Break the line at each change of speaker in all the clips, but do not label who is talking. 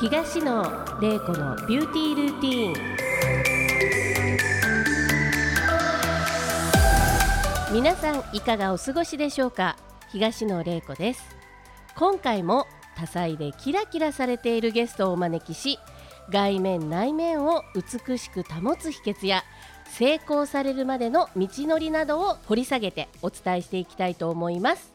東野玲子のビューティールーティーン皆さんいかがお過ごしでしょうか東野玲子です今回も多彩でキラキラされているゲストをお招きし外面内面を美しく保つ秘訣や成功されるまでの道のりなどを掘り下げてお伝えしていきたいと思います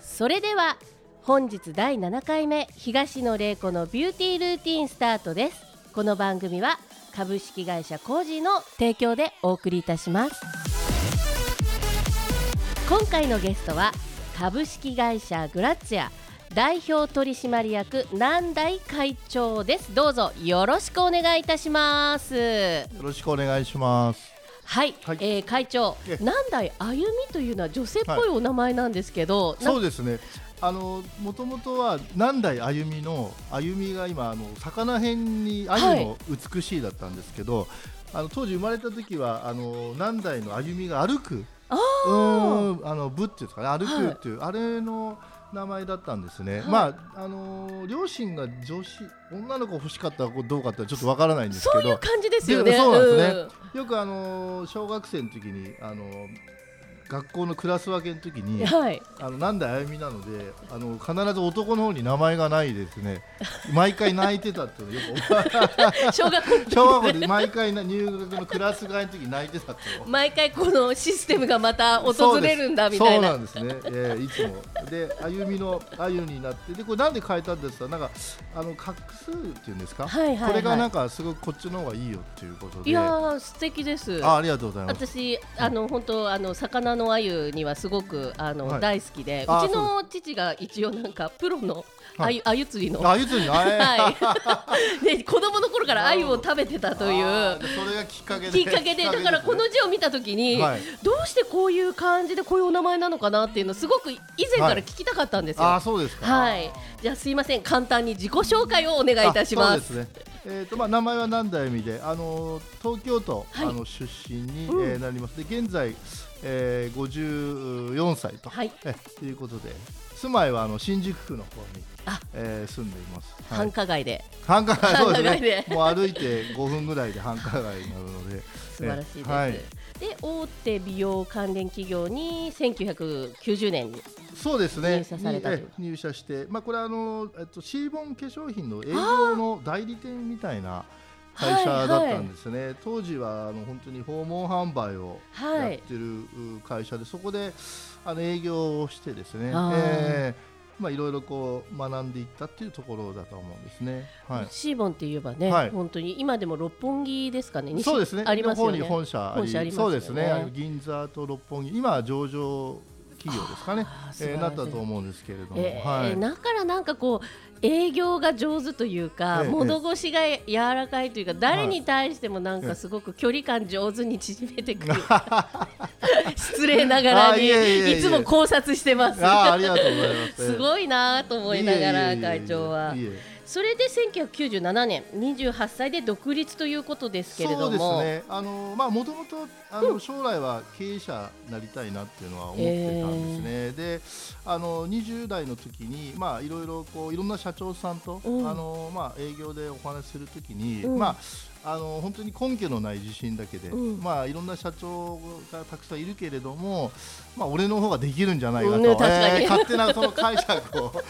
それでは本日第7回目東野玲子のビューティールーティンスタートですこの番組は株式会社コージーの提供でお送りいたします今回のゲストは株式会社グラッツィア代表取締役南大会長ですどうぞよろしくお願いいたします
よろしくお願いします。
はい、
はい
えー会長
ええ
南大あゆみというのは女性っぽいお名前なんですけど、な
そうですね。あの元々は南大あゆみのあゆみが今あの魚辺にあゆの美しいだったんですけど、あの当時生まれた時はあの南大のあゆみが歩く
あ
うーんあのぶっていうんですかね歩
はい
くっていう、あれの名前だったんですね。
はい
まああの両親が女子女の子欲しかったかどうかってはちょっとわからないんです
そ
け
ういう
ど。
感じですよね
でそうなんですねよくあの小学生の時にあの学校のクラス分けの時
う
に
ん、はい
あのなんであゆみなのであの必ず男の方に名前がないですね毎回泣いてたっていうのよく
小学校の時
小学校で毎回な入学のクラス替えの時泣いてたっていうの
毎回このシステムがまた訪れるんだみたいな
そうですそうなんですね、えーいつもであゆみのあゆになってでこれなんで変えたんですかなんかあの画数っていうんですか、
はいはいはい
これがなんかすごくこっちの方がいいよっていうことで
いやー素敵です
あありがとうございます
私あの本当あの魚の鮎にはすごくあの、
はい
大好きで
あ
うちの父が一応なんかプロの
は
鮎
い
鮎釣りの
ああゆつにあえー
はい、 で子供の頃から鮎を食べてたとい
あ
う
ーでそれがきっかけで
きっかけでだからこの字を見た時に、
はい
どうしてこういう感じでこういうお名前なのかなっていうのすごく以前から
はい
聞きたかったんですよ。
ああ
は
ーそうです
い、
か
じゃあすいません簡単に自己紹介をお願いいたしま
あ
す。
そうですね。えっ、とまあ名前は何代目で、あのー東京都、
はい
あの出身に、
うん
えーなります。で現在、えー、54歳と、
はい
えということで、住まいはあの新宿区の方に
あ、
えー、住んでいます。
繁華街で
繁華街
繁
そう
華街
です
で
ね。もう歩いて5分ぐらいで繁華街になるので、
素晴らしいです。
えーはい。
で大手美容関連企業に1990年に
そうですね。
入社されたと
にえ入社して、まあこれはあのえっとシーボン化粧品の営業の代理店みたいな会社だったんですね。当時はあの本当に訪問販売を
は
やっ
い
てるう会社で、そこであの営業をしてですね。
あー
えーまあいろいろこう学んでいったっていうところだと思うんですね。はい。
シーボンって言えばね、
はい
本当に今でも六本木ですかね西
そうですね。
ありますよね
日本に本社あ
本社ありますよ
そ
ね
うですね。あの銀座と六本木、今は上場企業ですかね
あー。素晴らし
え
い
ーなったと思うんですけれども、
えー
はい。
だからなんかこう営業が上手というか、
ええ
物腰が柔らかいというか誰に対してもなんかすごく距離感上手に縮めてく る、失礼ながら
あ
に
いえいえいえいえ
いつも考察してます
あーありがとうございます。
すごいなぁと思いながら
ええ
会長はい
えいえいえいえ
それで1997年28歳で独立ということですけれ
そ
ど
うです
も、
ね。あのまあ元々あの将来は経営者になりたいなっていうのは思ってたんですね。で、あの20代の時にまあいろいろこういろんな社長さんと、
うん
あのまあ営業でお話しするときに、
うん
まああの本当に根拠のない自信だけで、
うん
まあいろんな社長がたくさんいるけれども、まあ俺の方ができるんじゃないかと、
うんね確かに
えー勝手なその解釈を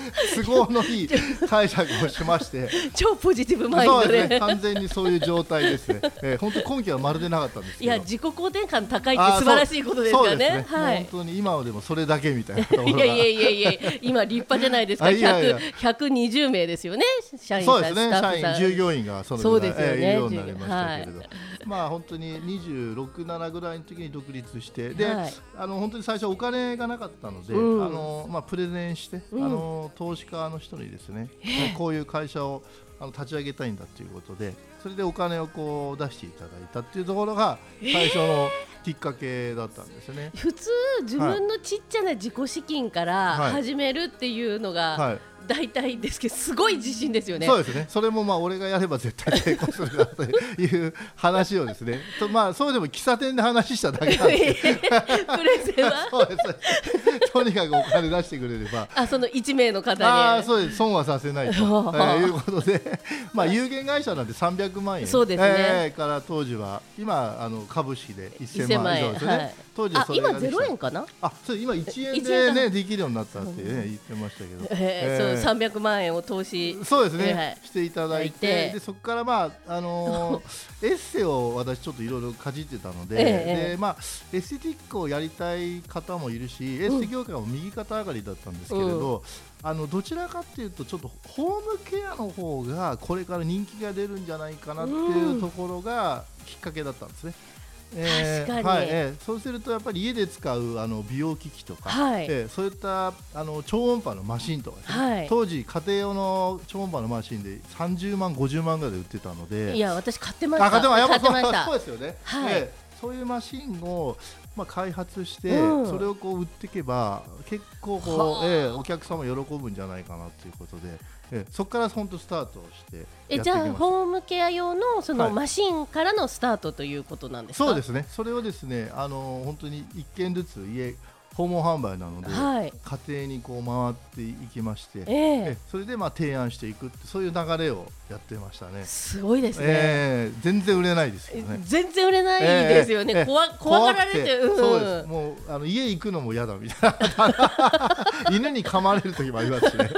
都合のいい解釈をしまして。
超ポジティブマインド
そうです
で
ね、完全にそういう状態です ね、えー、本当、根拠はまるでなかったんですけど、
いや自己肯定感高いって
あーそう
素晴らしいことですよ
そうで
ね。はい
もう本当に今はでもそれだけみたいなところ
い
が
やいやいやいや、今立派じゃないですか。
あいやいや
100 120名ですよね。社員
そう
さ
で
ん、
すね、
スタッ
社
フさ
員、
ん。
従業員がその
そう
ぐ
ですよ
らい、
ね
えーいるようになりましたけれど、まあ本当に26、7ぐらいの時に独立して、で、
はい
あの本当に最初、お金がなかったので、
うん
あのまあ、プレゼンして、
うん
あの、投資家の人にですね、こういう会社をあの立ち上げたいんだということで、それでお金をこう出していただいたっていうところが、最初のきっかけだったんですね。
普通自分のちっちゃな自己資金から
はい
始めるっていうのが
はい
大体ですけどすごい自信ですよね。
そうですね。それもまあ俺がやれば絶対成功するなという話をですね。 とまあそうでも喫茶店で話しただけなんで。
プレゼンは
そうです。とにかくお金出してくれれば。
あその1名の方に
ああそうです損はさせないと、え
あ
ーいうことで、 まあ、有限会社なんで300万円
そうですね
えーから当時は今あの株式で1000
1000
万
万
以
円
上ですよね、
はい
当時は
あ
それが
今
できた
ゼロ円かな、
あそう今1円
一
で、
円
ね、
だ
できるようになったって、ね、言ってましたけど、
え
え
ー
ー
そう300万円を投資
そうですね、
はい
していただ
い
いて
ただいて
でそこから、まああのーエッセイを私ちょっといろいろかじってたので,、
ええ
でまあ、エステティックをやりたい方もいるし、エステ業界も右肩上がりだったんですけれど、あのどちらかっていうとちょっとホームケアの方がこれから人気が出るんじゃないかなっていうところがきっかけだったんですね。えー
確かに
はいえーそうするとやっぱり家で使うあの美容機器とか、
はい
えーそういったあの超音波のマシンとかですね、
はい
当時家庭用の超音波のマシンで30万50万ぐらいで売ってたので
いや私買ってました
あでもやっぱ
買ってました
そうですよね、
はい
ええそういうマシンをまあ開発して、
うん
それをこう売っていけば結構こ
は
う、
あ
ええお客様喜ぶんじゃないかなということで、ええそこから本当スタートしてやってい
え
きま
じ
した
ゃあホームケア用のそ
は
の
い
マシンからのスタートということなんですか。。
そうですすねそれをですねあの本当に一軒ずつ家訪問販売なので、
はい。
家庭にこう回っていきまして、
え
え
え
それでまあ提案していくってそういう流れをやってましたね。
すごいですね。
ええ全然売れないですよね。
全然売れないですよ
えええ
ね。
え
怖怖がられ
怖く
て、うん
そうです。もうあの家行くのも嫌だみたいな。犬に噛まれる時もありますしね。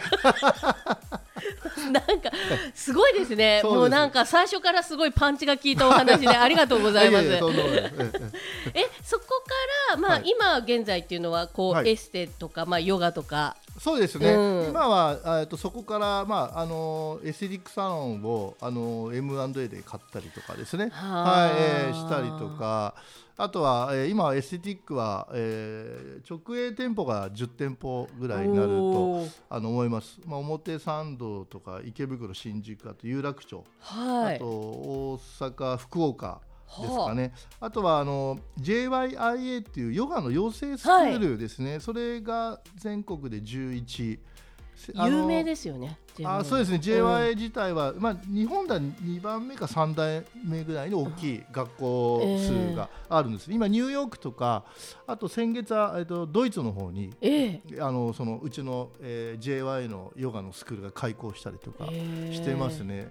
なんかすごいですね。
そうです
もうなんか最初からすごいパンチが効いたお話 でありがとうございます。
ややとんでもないですえええ
えそこからまあ、
はい
今現在っていうのはこう、
はい
エステとかまあヨガとか
えそうですね。
うん
今はあえっとそこからまああのエステティックサロンをあの M&A で買ったりとかですね。
は
は
あ
い、ええしたりとか。あとは、ええ今はエステティックは、ええ直営店舗が10店舗ぐらいになると
おー
あの思います、まあ、表参道とか池袋、新宿、あと有楽町、
は
あ
い
と。大阪、福岡ですかね、あとはあの JYIA っていうヨガの養成スクールですね、それが全国で11。せあの
有名ですよね。
あそうですね
うん
JYA 自体は、まあ、日本では2番目か3番目ぐらいの大きい学校数があるんです、今、ニューヨークとかあと先月は、えっと、ドイツの方に
ええ
あのそのうちの、えー、JY のヨガのスクールが開校したりとか
へえ
してますね。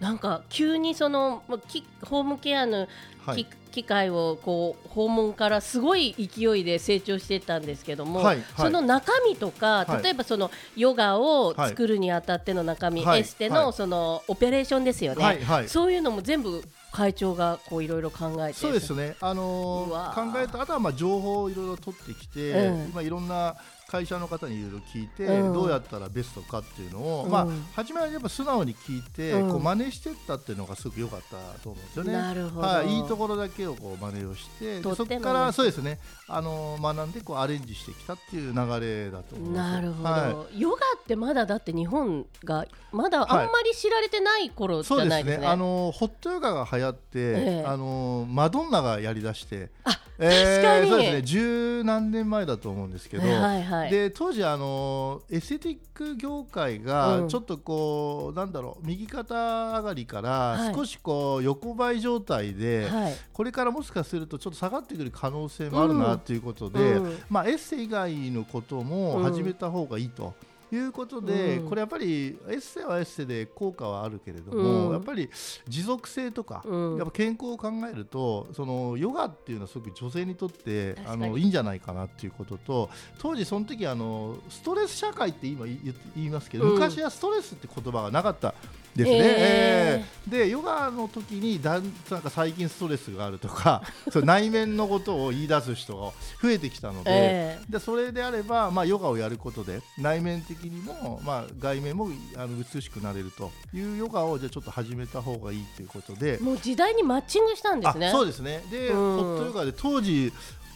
なんか急にそのまあきホームケアの
は
き
い、
機会をこう訪問からすごい勢いで成長してったんですけども、
はいはい
その中身とか、
はい
例えばそのヨガを作るにあたっての中身、
はい
エステ
は
の
い
そのオペレーションですよね、
はいはい
そういうのも全部会長がこういろいろ考えて
そうですね、あのー
うわー
考えたあとはまあ情報をいろいろ取ってきて、
うん
今いろんな会社の方にいろいろ聞いて、
うん
どうやったらベストかっていうのを、
うん
まあ、初めはやっぱ素直に聞いて、
うん
こう真似してったっていうのがすごく良かったと思うんですよね。
なるほど
はい、いいところだけをこう真似をしてで
取
そ
って
こ
も
からそうですね、あのー学んでこうアレンジしてきたっていう流れだと思います。
なるほど、
はい
ヨガってまだだって日本がまだあんまり知られてない頃じ
そう
ゃ
で
な
す
いで
ね
すね。
あのホットヨガが流行って、
ええ
あのマドンナがやりだして
あ確かに
そうですね十何年前だと思うんですけど、
はいはい
で当時あのエステティック業界が
うん
ちょっとこう、なんだろう右肩上がりか
は
ら
い
少しこう横ばい状態で、
はい
これからもしかするとちょっと下がってくる可能性もある
う
なんということで、
うん
まあ、エッセイ以外のことも
うん
始めた方がいいと。いうことで、
うん
これやっぱりエッセイはエッセイで効果はあるけれど
う
も、
ん
やっぱり持続性とか、
うん
やっぱ健康を考えるとそのヨガっていうのはすごく女性にとって
確か
あ
に
のいいんじゃないかなっていうことと当時その時あのストレス社会って今言って言いますけど、
うん
昔はストレスって言葉がなかったで
え
すね。
え
ええでヨガの時にだんなんか最近ストレスがあるとか そう内面のことを言い出す人が増えてきたので,、
え
でそれであれば、まあ、ヨガをやることで内面的にも、まあ、外面もあの美しくなれるというヨガをじゃあちょっと始めた方がいいということで。
もう時代にマッチングしたんですね。
あそうですねで、
うん
ホットヨガで当時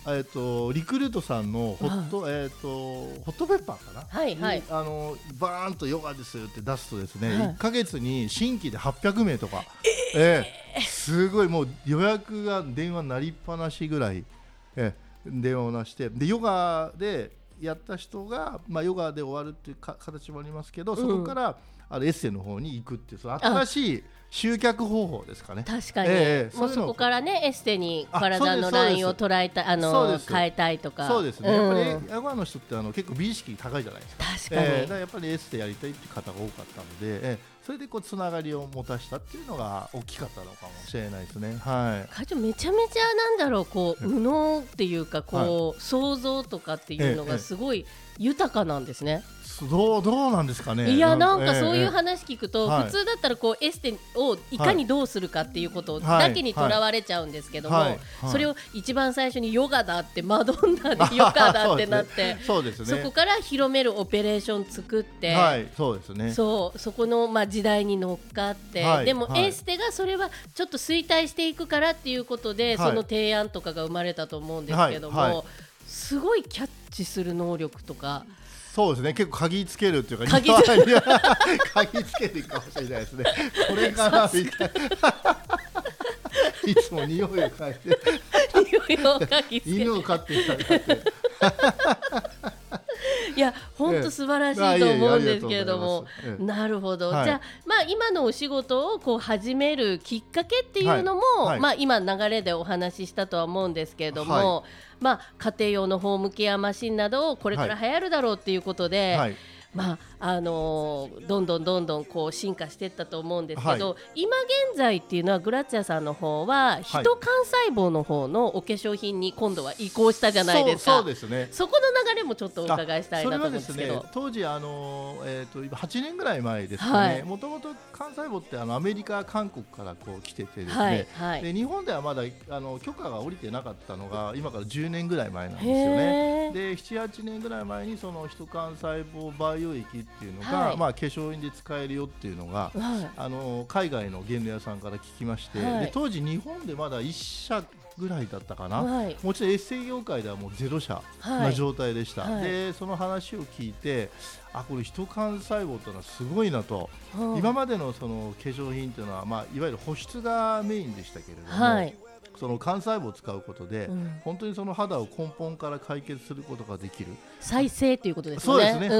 えっとリクルートさんのホット、えっとホットペッパーかな、
はいはい
にあのバーンとヨガですって出すとですね、
はい
1か月に新規で800名とか、ええすごいもう予約が電話鳴りっぱなしぐらい、ええ電話をなしてでヨガでやった人が、まあ、ヨガで終わるっていうか形もありますけどそこから、あのエッセイの方に行くっていうその新しい集客方法ですかね。
確かに、
ええ
もう
そういうの
そこからねエステに
あ
体
そ
の
うです
ラインを捉えたあ
そう
の
です
変えたいとか
そうですね、
ん
やっぱりヨガの人ってあの結構美意識高いじゃないですか。
確かに、
えーだからやっぱりエッセイやりたいっていう方が多かったので、えーそれでこうつながりを持たしたっていうのが大きかったのかもしれないですね。はい。
会長めちゃめちゃなんだろうこう右脳っていうかこう、想像とかっていうの
え
が
え
すごい豊かなんですね、
そどうどうなんですかね。
いやなんかそういう
話
話聞くと、
はい
普通だったらこうエステをいかにどうするかっていうこと
はい
だけにとらわれちゃうんですけども、
はいはい
それを一番最初にヨガだってマドンナでヨガだってなって
そうです
そ,、
ね。そうで
こ
す
から広めるオペレーション作って。
ね。はい、そうですね。
そうそこの、まあ、時代に乗っかって、
はい
でも
はい
エステがそれはちょっと衰退していくからっていうことで、
はい
その提案とかが生まれたと思うんですけども、
はいはい
すごいキャッチする能力とか
そうですね。結構鍵つけるっていうか、
鍵
つける 鍵つけていくかもしれないですね。これかな みたいな。いつも匂いを嗅いで
いろいろ書きつけて
犬を飼っていただい て。
いや本当素晴らしいと思うんですけれども
あいえいえありがとうございますええ
なるほど、
はい
じゃあ,、まあ今のお仕事をこう始めるきっかけっていうのも、
はいはい
まあ、今流れでお話ししたとは思うんですけれども、
は
まあ、家庭用のホームケアマシンなどをこれから流行るだろうっていうことで、
はい。
まああのーどんどんどんどんこう進化していったと思うんですけど、今現在っていうのはグラッチャさんの方は人幹細胞の方のお化粧品に今度は移行したじゃないですか。
そうそうですね。
そこの流れもちょっとお伺いしたいなと思うんですけ
それは
ど
ですね、当時あの、えー、と今8年ぐらい前ですか
はい
ねもともと幹細胞ってあのアメリカ韓国からこう来ててですね、
はいはい
で日本ではまだあの許可が下りてなかったのが今から10年ぐらい前なんですよね。
へー
で78年ぐらい前にその人幹細胞培養液っていうのが、
はい
まあ、化粧品で使えるよっていうのが
はい
あの海外の原料屋さんから聞きまして、
はい
で当時日本でまだ1社ぐらいだったかな、
はい
もちろんエッセイ業界ではもうゼロ社
は
ない状態でした、
はい
でその話を聞いてあこれ人幹細胞というのはすごいなと、今までのその化粧品というのは、まあ、いわゆる保湿がメインでしたけれども、
はい
その幹細胞を使うことで、
うん
本当にその肌を根本から解決することができる
再生ということですね
そうですね
ん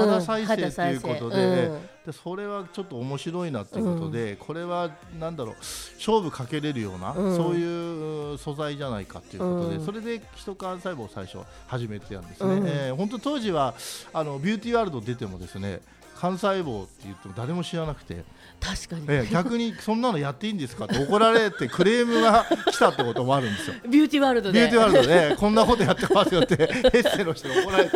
肌再生ということで
肌再生うん
でそれはちょっと面白いなということで、これはなんだろう勝負かけれるような、
うん
そういう素材じゃないかということで、
うん
それで人幹細胞を最初始めてたんですね、
うん
えー本当当時はあのビューティーワールド出てもですね幹細胞って言っても誰も知らなくて、
確かに、
えー逆にそんなのやっていいんですかって怒られてクレームが来たってこともあるんですよ。
ビューティーワールド
ビ
で
ューティーワールドで、こんなことやってます よって、エッセイの人に怒られて。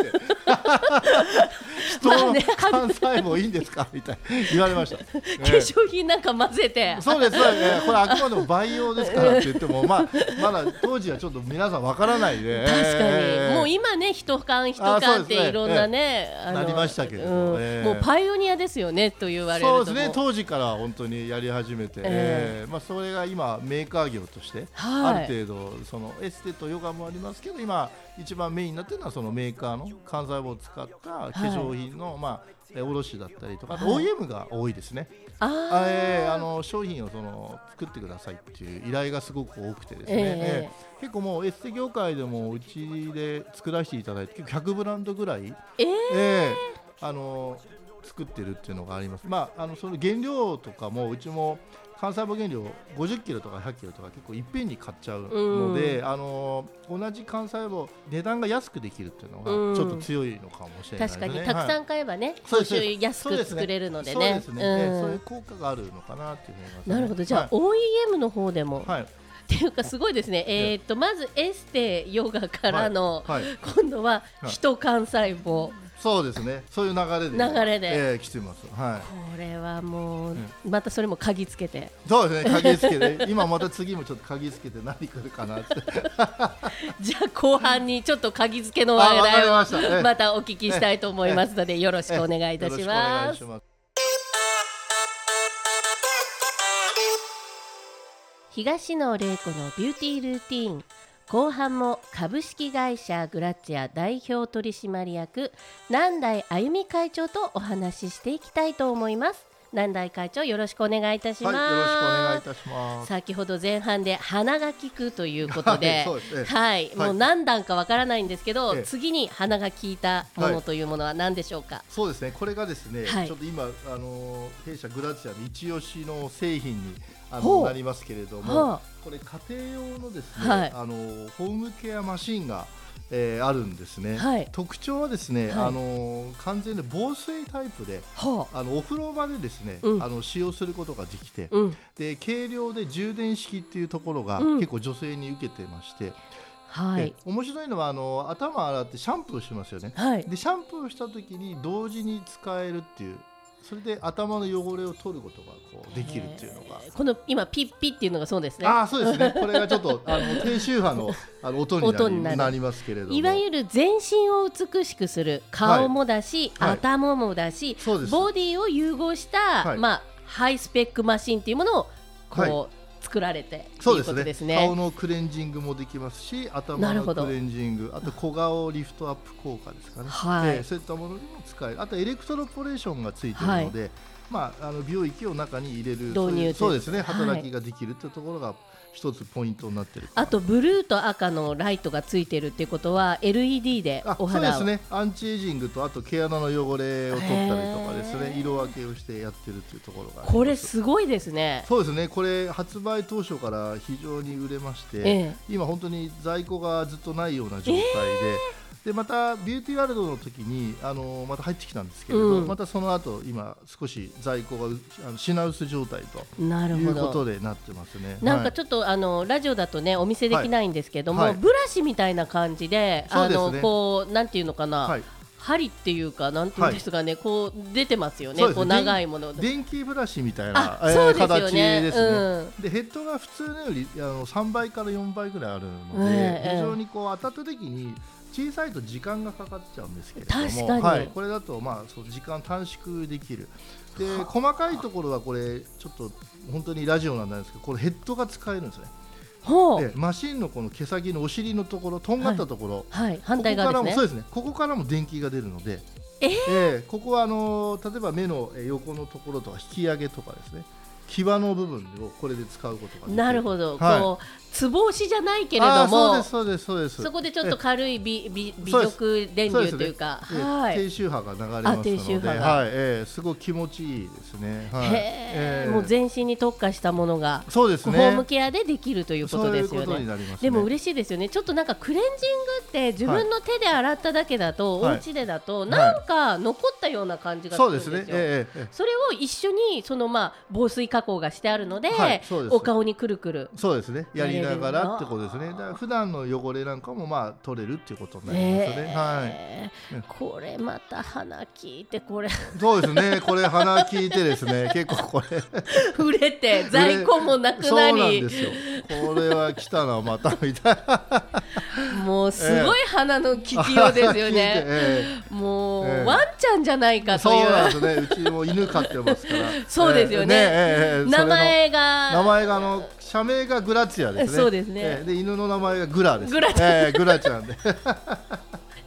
人
まあ
の
ね
幹細胞いいんですかみたいな言わ れました。
化
ええ
粧品なんか混ぜて
そうです、そうですええこれあくまでも培養ですからって言っても、まあ、まだ当時はちょっと皆さんわからないで。
確かに、
ええ
もう今ね人間人
あそ
間
うで
っ
すね
ていろんなね、あの
なりましたけれど
うん
ええ
もうパイオニアですよねと言われると
そ
も
うですね当時から本当にやり始めて、
え
ええまあ、それが今、メーカー業として、
はい
ある程度そのエステとヨガもありますけど今、一番メインになってるのはそのメーカーの幹細胞を使った化粧品の、まあえ卸だったりとか、あと
はい
OEM が多いですね、
あ
あ
ー
ええあの商品をその作ってくださいっていう依頼がすごく多くてですね、
ええ
ええ結構もうエステ業界でもうちで作らせていただいて結構100ブランドぐらい
ええ
ええあの作ってるっていうのがあります。まああのその原料とかもうちも関細胞原料50キロとか100キロとか結構いっぺんに買っちゃうので、あの同じ幹細胞値段が安くできるっていうの
うん
がちょっと強いのかもしれないで
確
す
か
ね。
にたく
は
さ
い
ん買えばね、
そ
報
うですそうです
酬安
そう
く
ですね
作れるので
そうで
ね
すね。ええ
うん
そういう効果があるのかなっていうふうに思いますね、
なるほどじゃあ、OEM の方でも、
はい、はい、
っていうかすごいですねえー、っとまずエステヨガからの、
はい、
今度は人幹細胞、
そうですね。そういう流れで
流れで
ええ来てます。はい。
これはもう、
ん
またそれも鍵つけて
そうですね。鍵つけて、今また次もちょっと鍵つけて何来るかなって。
じゃあ後半にちょっと鍵付けの
あ
話
わか
題
り
を
ましたえ え
またお聞きしたいと思います のでよろしくお願いいたし
よ
ま
ろ
す
くお。願いし
東野玲子のビューティールーティーン後半も株式会社グラッチア代表取締役南台あゆみ会長とお話ししていきたいと思います南大会長よろしくお願いいたしま
はい、
す。
よろしくお願いいたします。
先ほど前半で鼻が効くということで、
はいそうですえ
はい、
はい
もう何段かわからないんですけど、
ええ
次に鼻が効いたも
は
の
い
というものは何でしょうか。
そうですね。これがですね、
はい
ちょっと今あの弊社グラチアの一押しの製品にあ
ほ
の
う
なりますけれど
は
も
あ、
これ家庭用のですね、
はい
あのホームケアマシンが、えーあるんですね。
はい
特徴はですね、
はい
あの完全に防水タイプで、
ほ
あのお風呂場でですね、
うん
あの使用することができて、
う、うん、
で軽量で充電式っていうところが
うん
結構女性に受けてまして、
は
で
い、
面白いのはあの頭洗ってシャンプーしますよね。
はい、
でシャンプーした時に同時に使えるっていうそれで頭の汚れを取ることがこうできるっていうのが
え。ーこの今ピッピッっていうのがそうですね。
ああそうですねこれがちょっとあの低周波のあの音にな り
音になる
なりますけれども
いわゆる全身を美しくする顔もだし、
はいはい
頭もだし、
そうです
ボディを融合した、
はい
まあハイスペックマシンっていうものをこう、
は
作られて
そう
い
で
うこ
す
と
ね
ですね。
顔のクレンジングもできますし頭
なる
の
ほど
クレンジングあと小顔リフトアップ効果ですかね、
はい
えーそういったものにも使えるあとエレクトロポレーションがついているので、まあ、あの美容液を中に入れる
導入
そういう
と
そうですね
はい
働きができるというところが一つポイントになっている
あとブルーと赤のライトがついてるっていうことは LED で
あ
お
そう
肌
で
を
すねアンチエイジングとあと毛穴の汚れを取ったりとかです
へ
ね
ー
色分けをしてやってるというところがあります
これすごいですね。
そうですねこれ発売当初から非常に売れまして、
ええ
今本当に在庫がずっとないような状態で、でまたビューティーワールドの時にあのまた入ってきたんですけれど、
うん
またその後今少し在庫がうあの品薄状態と
なる
い
ほ
うこ
ど。
とでなってますね。
なんか
ょ
ちょっと、あのラジオだとねお見せできないんですけども、
はいはい
ブラシみたいな感じで、
そう
あ
ですね
のこうなんていうのかな、
はい
針っていうかなんていうんですかね、こう出てますよね
そうです
こう長いもの
電気ブラシみたいな
あ、
えー
そうですよ
形
ね
ですね。
うん
でヘッドが普通のよりあの3倍から4倍ぐらいあるので、
ええ
非常にこう当たった時に小さいと時間がかかっちゃうんですけれども
確かに
はい、これだと、まあ、そう時間短縮できるで細かいところはこれちょっと本当にラジオなんですけどこれヘッドが使えるんですね
ほう
でマシンのこの毛先のお尻のところとんがったところ、
はい反対側です
ここからもそう
ね
ですねここからも電気が出るので
えー
えここはあのー例えば目のえー横のところとか引き上げとかですね際の部分をこれで使うことができる
なるほど、
はい
こうつぼ押しじゃないけれ
あ
ど
ー
もそ
そうですそうですそうです
こでちょっと軽い微微微
そうです
力電
そうで
流
す
というか
ええ
はい、
低周波が流れます
あ
の
低
で、
周波が
はい、ええすごい気持ちいいですね。はい、
へ
え
ー
え
もう全身に特化したものが、
そうです
ホ
ね。
ームケアでできるということですよ
そういうこと
ね
になります
で
ね
も嬉しいですよねちょっとなんかクレンジングって自分の手で洗っただけだと、
は
お
い
家でだとなんか残ったような感じがす
そ
る
うんで
です
す
よ
ね。えええ
それを一緒にそのまあ防水加工がしてあるので,、
はいそうです
お顔にくるくる
えそうですね。やりなが
やれるな
らってことですね。だから普段の汚れなんかもまあ取れるっていうことになりますよね。はい。
ねえこれまた鼻聞いてこれ
そうですね。これ鼻聞いてですね。結構これ
売れて在庫もなく
そう
な
なん
り
ですよ。これは来たなまたみたいな。
もうすごい鼻の利きようですよ
聞いてえ
ね
え
もう、
ええ
ワンちゃんじゃないかと
そ
いう
なん
う
ですね。うちも犬飼ってますから。
そうですよね
ええええええ
名前
それの名
が
前があの社名がグラチアですね。
そうですね
ええで犬の名前がグラです。
グラちゃん
ええグラちゃんで。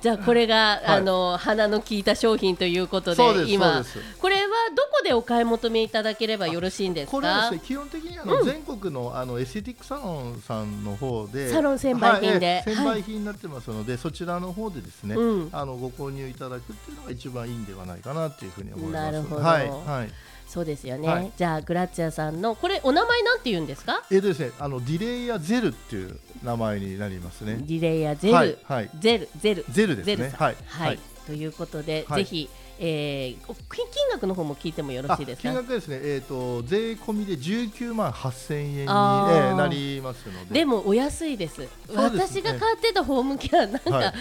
じゃあこれが、
い
あの鼻の利いた商品ということで
そうです
今
そうで
これはどこでお買い求めいただければよろしいんですか
これはですね基本的にあの、全国のあのエステティックサロンさんの方で
サロン専売品で
はいええ
はい
専売品になってますので、そちらの方でですね、
うん
あのご購入いただくっていうのが一番いいんではないかなというふうに思いま
な
す。
るほど
はいはい。
そうですよね、
はい
じゃあグラッツィアさんのこれお名前なんて言うんですか
えっとですねあのディレイやゼルっていう名前になりますね。
ディレイヤーゼル、
はいはい
ゼルゼル
ゼルですね
ゼルさん
はいはい
ということで、
はい
ぜひ、えー、お金金額の方も聞いてもよろ
あ
しいです
金
か
額ですね、えー、と税込みで19万8000円に、え
あー
ーなりますので
でもお安いです
そうです
私
ね
が買ってたホームケアなんか、
はい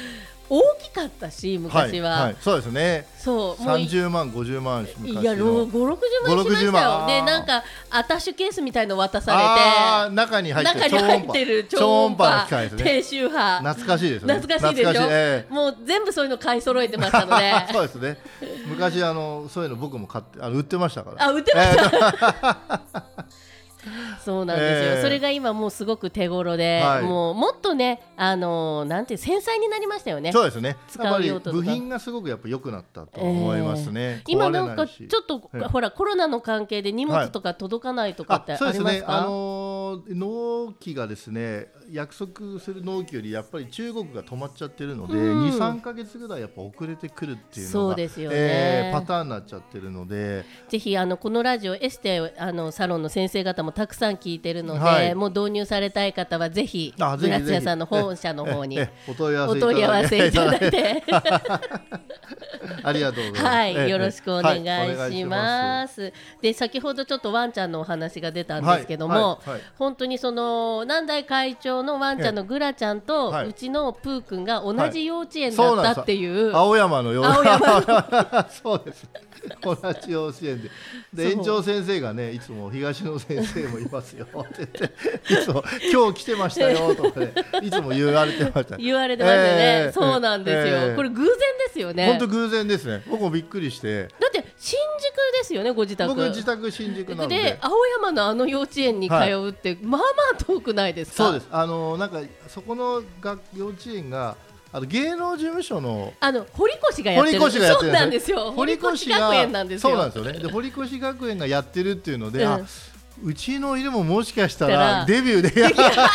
大きかったし昔は、
いいそうですね
そうもうい
30万50万昔の
いやろう5、60万しまし
5-60
たよ
万
でなんかアタッシュケースみたいの渡
あ
さ
ー中に
れ
入
て
って
中
る
に入ってる超音波
超音波の機械ですね
低周波
懐かしいですね
懐かしいでしょ、
懐え
もう全部そういうの買い揃えてましたので
え そうですね昔あのそういうの僕も買ってあの売ってましたから
あ売ってました、そうなんですよ、
ええ
それが今もうすごく手頃で、
はい
もうもっとねあのーなんていう繊細になりましたよね
そうですね。やっ
使
ぱ
う
り
用途とか
部品がすごくやっぱ良くなったと思いますね。
今
壊れ
なんか
いし
ちょっと、
ええ
ほらコロナの関係で荷物とか届かないとかってあ
そう
り
です
ます
ね。
か、
あのー納期がですね、約束する納期よりやっぱり中国が止まっちゃってるので、
うん
二三ヶ月ぐらいやっぱ遅れてくるっていうの
そう
が
ですよね
えーパターンになっちゃってるので、
ぜひあのこのラジオエステあのサロンの先生方もたくさん聞いてるので、
はい
もう導入されたい方はぜひ
あぜひ
村津屋さんの本社の方
え
に
えお問い合わ
お
せ
問い合わせいただいて
ありがとうございます。
は
ええ
いよろしくお願い
は
します。で先ほどちょっとワンちゃんのお話が出たん
はい
ですけども、
はいはい
本当にその南大会長のワンちゃんのグラちゃんと、
ええはいう
ちのプーくんが同
はい
じ幼稚園だ
そう
っ
なんです
たっていう。
青山の幼稚
青
園 そうです同じ幼稚園でで
そう
園長先生がねいつも東野先生もいますよって言っていつも今日来てましたよとかねいつも言われてました
言われてましたね、
ええ
そうなんですよ、
ええ
これ偶然ですよね
本当偶然ですね僕もびっくりして
だって新宿ですよねご自宅
僕自宅新宿なの
で
で
青山のあの幼稚園に通うって、まあまあ遠くないですか
そうですあのなんかそこの学幼稚園があの芸能事務所の
あの堀越がやってる
堀越がやって
そう
る
なんですよ堀
堀越
越
が
学園なんですよ
そうなんですよねで堀越学園がやってるっていうので、
うん
あうちの犬ももしかした
だから
らデビューでで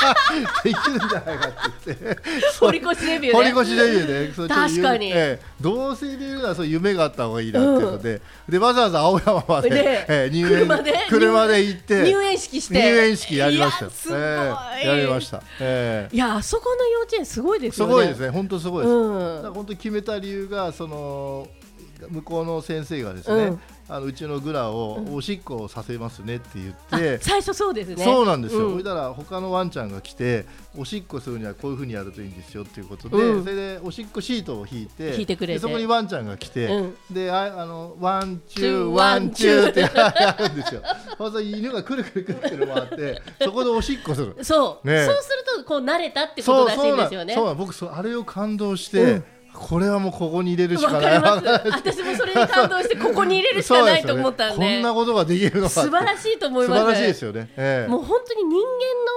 きるんじゃないかって言って
堀越デビュー
堀
ね
越デビューでそうちょっと
確かに
ええ同性でいるならそう夢があった方がいいなっていうので、でわざわざ青山まで
で
ええ入園
車で
車で行って
入園式して
入園式やりまし
い
たよ
やすごい、
ええやりました、ええ
いやあそこの幼稚園すごいです
す
よね
ごいですね本当すごいです、だか
う
ら
ん
本当に決めた理由がその向こうの先生がですね、
うん
あのうちのグラをおしっこをさせますねって言って、
最初そうですね
そうなんですよ、
うん
それたら他のワンちゃんが来ておしっこするにはこういうふうにやるといいんですよっていうことで、
うん
それでおしっこシートを引いて
引いてくれて
でそこにワンちゃんが来て、
うん
でああのワンチュ
チュー
ーワンチューって
ワ
やるんですよそうすると犬がくるくるくるくる回ってそこでおしっこする
そう、
ねえ
そうするとこう慣れたってこ
そ
と
う
らしいんですよね
そうなんそうなん僕そうあれを感動して、
うん
これはもうここに入れるし
わ
か
か
ない
ります私もそれに感動してここに入れるしかないと思ったん
そうすよね
で
こんなことができるのか
素晴らしいと思い
素
ま
晴らし
す
いですよね、ええ
もう本当に人間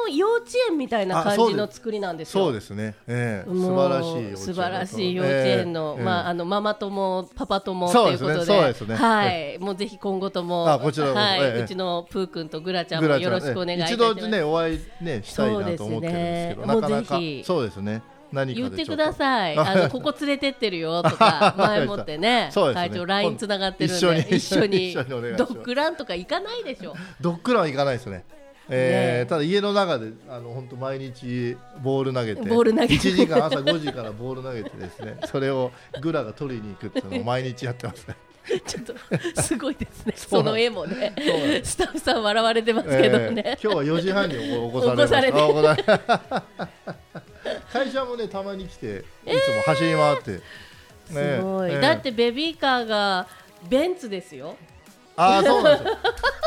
の幼稚園みたいな
あ
感
そう
じ
です
の作りなんですよ。
そうですね、ええ
もう
素晴らしい幼稚園だと
素晴らしい幼稚園の、
ええ
まあ、
え
あのママ友、パパ友と
そう
いう
です
こ
ね
とで、
そうですね
はい、もうぜひ今後とも、
あこちらこそ
はい、
ええ
うちのプー君とグラち
え
ゃん
グ
も
ラちゃ
よ
ん
ろしくお願いいたし
一
ま
度
す。
ねお会いねしたいなと思ってるんですけど
そうですね
なかな
も
か
うぜひ
そうですね何かで
言って
ちょ
く
っと
ださい。 あのここ連れてってるよとか前もってね、
そうですね
会長ラインつながってるん
一緒に
で一緒に
一緒にお願いし
ド
ます
ッグランとか行かないでしょ。
ドッグランは行かないですね。えー
ねえ
ただ家の中であの本当毎日ボール投げて
ボール投げて
1時間朝5時からボール投げてです ねそれをグラが取りに行くっていうのを毎日やってますね
ちょっと すごいですね。
そう
そ
なん
の絵もね
そうなん、で
スタッフさん笑われてますけどね。
えー今日は4時半に起こされ
起こされて
ましたあ起こされ会社もねたまに来ていつも走り回って、ねえ
すごい、
ええ
だってベビーカーがベンツですよ。
ああそうなんですよ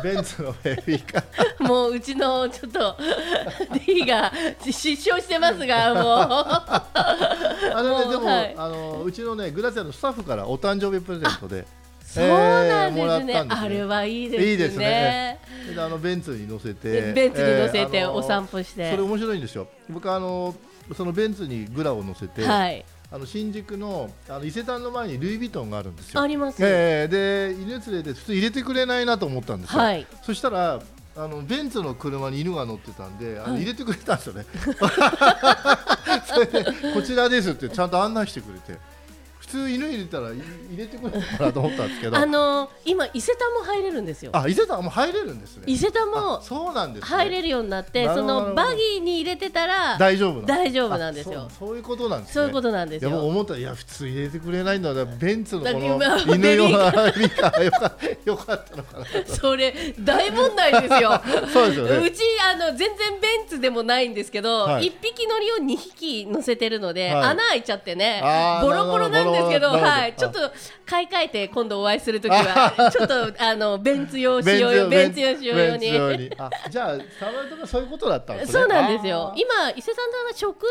ベンツのベビーカー
もううちのちょっと D が失笑してますが、も
あの
もう
ねでも、
はい
あのうちのねグラちゃんのスタッフからお誕生日プレゼントで
うそうなん
えーもら
で
っ
す
た
ね。
んですね
あれはいいですね。
いいですねであのベンツに乗せて
でベンツに乗せて
えーあのー
お散歩して
それ面白いんですよ僕あのそのベンツにグラを乗せて、
はい、
あの新宿のあの伊勢丹の前にルイ・ヴィトンがあるんですよ
あります。
ええで犬連れて普通入れてくれないなと思ったんですよ、
はい
そしたらあのベンツの車に犬が乗ってたんであの入れてくれたんですよ ね、それでこちらですってちゃんと案内してくれて普通犬入れたらい入れてくれたかなと思ったんですけど
あの今伊勢丹も入れるんですよ。
あ伊勢丹もう入れるんです
伊
ね
勢丹
あ
も
そうなんです、ね、
入れるようになって、
なる
そ
ほどなる
の
ほど
バギーに入れてた ら
大丈夫なん
大丈夫なんですよ
あ。そうそういうことなんですね
そういうことなんです
いや僕
よ。
思ったらいや普通入れてくれないんだだからベンツのこ
だから
の犬用のアラビカよかよかった のかな
それ大問題ですよ。
そうですよね
うちあの全然ベンツでもないんですけど、
はい
一匹乗りを二匹乗せてるので、
はい
穴開いちゃってね
あー
ボロボロなんですけど
なるほどなるほど
はい、ちょっと買い替えて今度お会いするときはちょっとあのベンツ用使用用ベンツ用使用用に
ベンツ用にあじゃあサバとかそういうことだったんですね
そうなんですよ
あー
今伊勢丹さんは食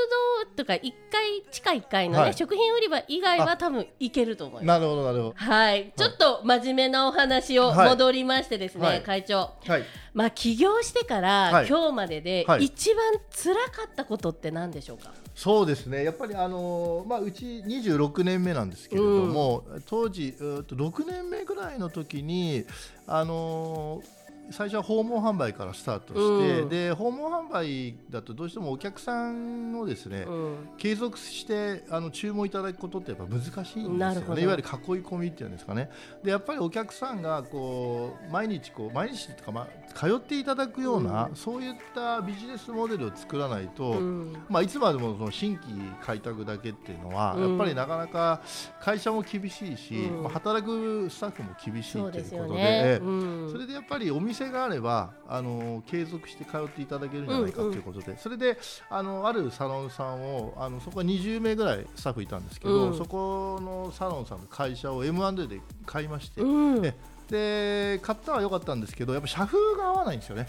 堂とか一階地下一階のね、
はい
食品売り場以外は多分行けると思います。
なるほどなるほ
はい、ちょっと真面目なお話を戻りましてですね、
はい
会長
どはい
まあ起業してから、
はい
今日までで
はい
一番辛かったことって何でしょうか。
そうですねやっぱりあのーまあうち26年目なんですけれども、当時うーっと6年目ぐらいの時にあのー最初は訪問販売からスタートして、
うん
で訪問販売だとどうしてもお客さんのですね、
うん
継続してあの注文いただくことってやっぱ難しいん
な
で
る
す
ほど
よねいわゆる囲い込みっていうんですかねでやっぱりお客さんがこう毎日こう毎日とか、まあ、通っていただくような、
うん
そういったビジネスモデルを作らないと、
うん
まあ、いつまでもその新規開拓だけっていうのは、
うん
やっぱりなかなか会社も厳しいし、
うん
まあ、働くスタッフも厳しい
そう
とい
です
う
よ
ことで
ね。う
それ
ん
でやっぱりお店があれば、あの継続して通っていただけるんじゃないかということで、それであのあるサロンさんをあのそこは20名ぐらいスタッフいたんですけど、
うん
そこのサロンさんの会社を M&A で買いまして、
うん
えで買ったは良かったんですけどやっぱ社風が合わないんですよね。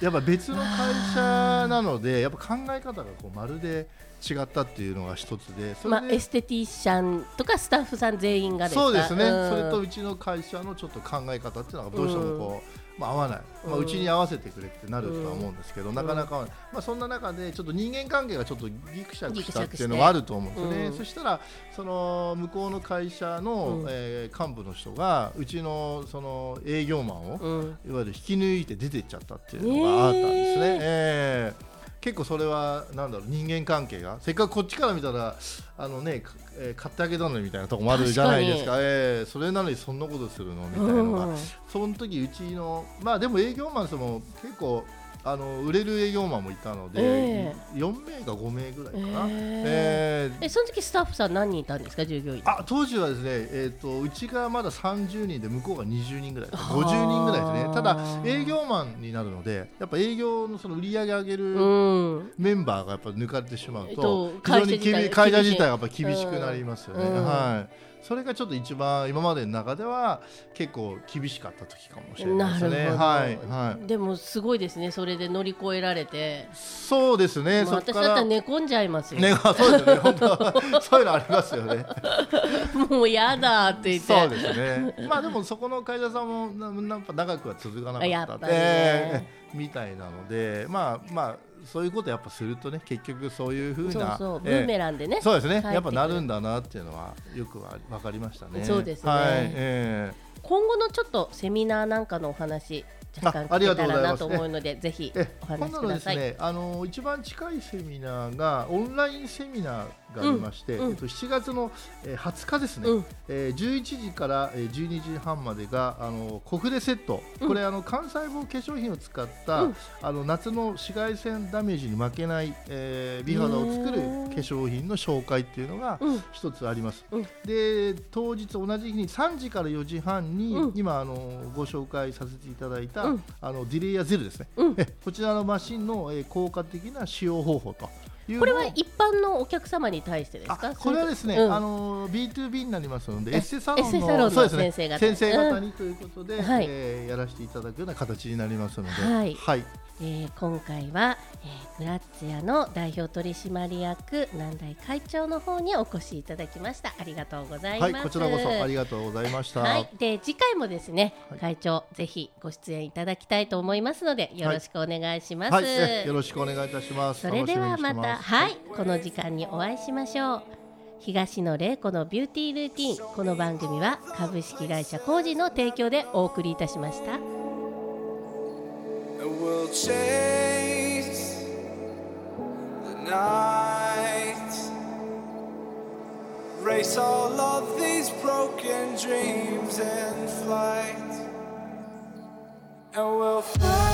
やっぱ別の会社なのでやっぱ考え方がこうまるで違ったっていうのが一つでそれ
ま
で、
あエステティシャンとかスタッフさん全員がですか。
そうですね、
ん
それとうちの会社のちょっと考え方っていうのがどうしてもこう、まあ、合わない、まあ、
うん
うちに合わせてくれってなるとは思うんですけど、なかなか合わない、まあ、そんな中でちょっと人間関係がちょっとギクシャクしたっていうのもあると思うんですよね、
うん
そしたらその向こうの会社の、
うん
えー幹部の人がうちのその営業マンを、
うん
いわゆる引き抜いて出てっちゃったっていうのがあったんです
え
ね。
ー
えー結構それはなんだろう人間関係がせっかくこっちから見たらあのね、かえー買ってあげたのにみたいなとこもあるじゃないです
確
か
か
えーそれなのにそんなことするのみたいなのが、
うん
その時うちのまあでも営業マンさんも結構あの売れる営業マンもいたので、
え
4名か5名ぐらいかな、
え
えー
えその時スタッフさん何人いたんですか従業員。
あ当時はですね、えー、とうちがまだ30人で向こうが20人ぐらい50人ぐらいです
あー
ねただ営業マンになるのでやっぱ営業のその売り上げ上げる
うん。
メンバーがやっぱ抜かれてしまう
えっ
と
と
非常に
会社自体
厳会社自体がやっぱ厳しくなりますよね、
うんうん
はい、それがちょっと一番今までの中では結構厳しかった時かもしれないです
な
ね
るほど
はいはい
でもすごいですねそれで乗り越えられて。
そうですね、
まあ、
そこ
私だ
か
った
ら
ら寝込んじゃいますよ、
ね、あそうですね本当はそういうのありますよね
もうやだって言って
そうですね。まあでもそこの会社さんもななんか長くは続かなかった
やっぱりね
ええみたいなので、まあまあそういうことやっぱするとね結局そういうふうな
そうそう、ブ
ええ
ーメランでね
そうですね。
帰ってくる
やっぱなるんだなっていうのはよくわわかりましたね。
そうですね
はい。ええ
今後のちょっとセミナーなんかのお話若干
ああり
聞けた
がとうござ
ら
います
なと思うのでぜひ
え
お
今
話し
度
く
の
だ
です
さい、
ね、あの一番近いセミナーがオンラインセミナーがありまして、
うんうん
えっと7月のえー20日ですね、
うん
えー11時からえー12時半までがあのコフレセット、
うん
これあの幹細胞化粧品を使った、
うん
あの夏の紫外線ダメージに負けない、えー美肌を作る
へー
化粧品の紹介っていうのが
うん
一つあります、
うん
で当日同じ日に3時から4時半に、
うん
今あのご紹介させていただいた、
うん
あのディレイヤーゼルですね、
うん
えこちらのマシンの、えー効果的な使用方法というのを
これは一般のお客様に対してですか
あこれはですね、
それとも
あの B2B になりますので
え
エッセサロン
エッセ
の
サロンの
そうですね
先生方
先生方にということで、
うんはい
えーやらせていただくような形になりますので、
はいえー今回は、えーグラッツェアの代表取締役南大会長の方にお越しいただきましたありがとうございま
は
す、
いこちらこそありがとうございました。
はい、で次回もですね、
はい
会長ぜひご出演いただきたいと思いますのでよろしくお願いします、
はいえよろしくお願いいたします。
それでは
楽しみ
ま
にして
た
す
はいこの時間にお会いしましょう東野玲子のビューティールーティンこの番組は株式会社コージの提供でお送りいたしました。
and we'll chase the night. Race all of these broken dreams in flight, and we'll fly.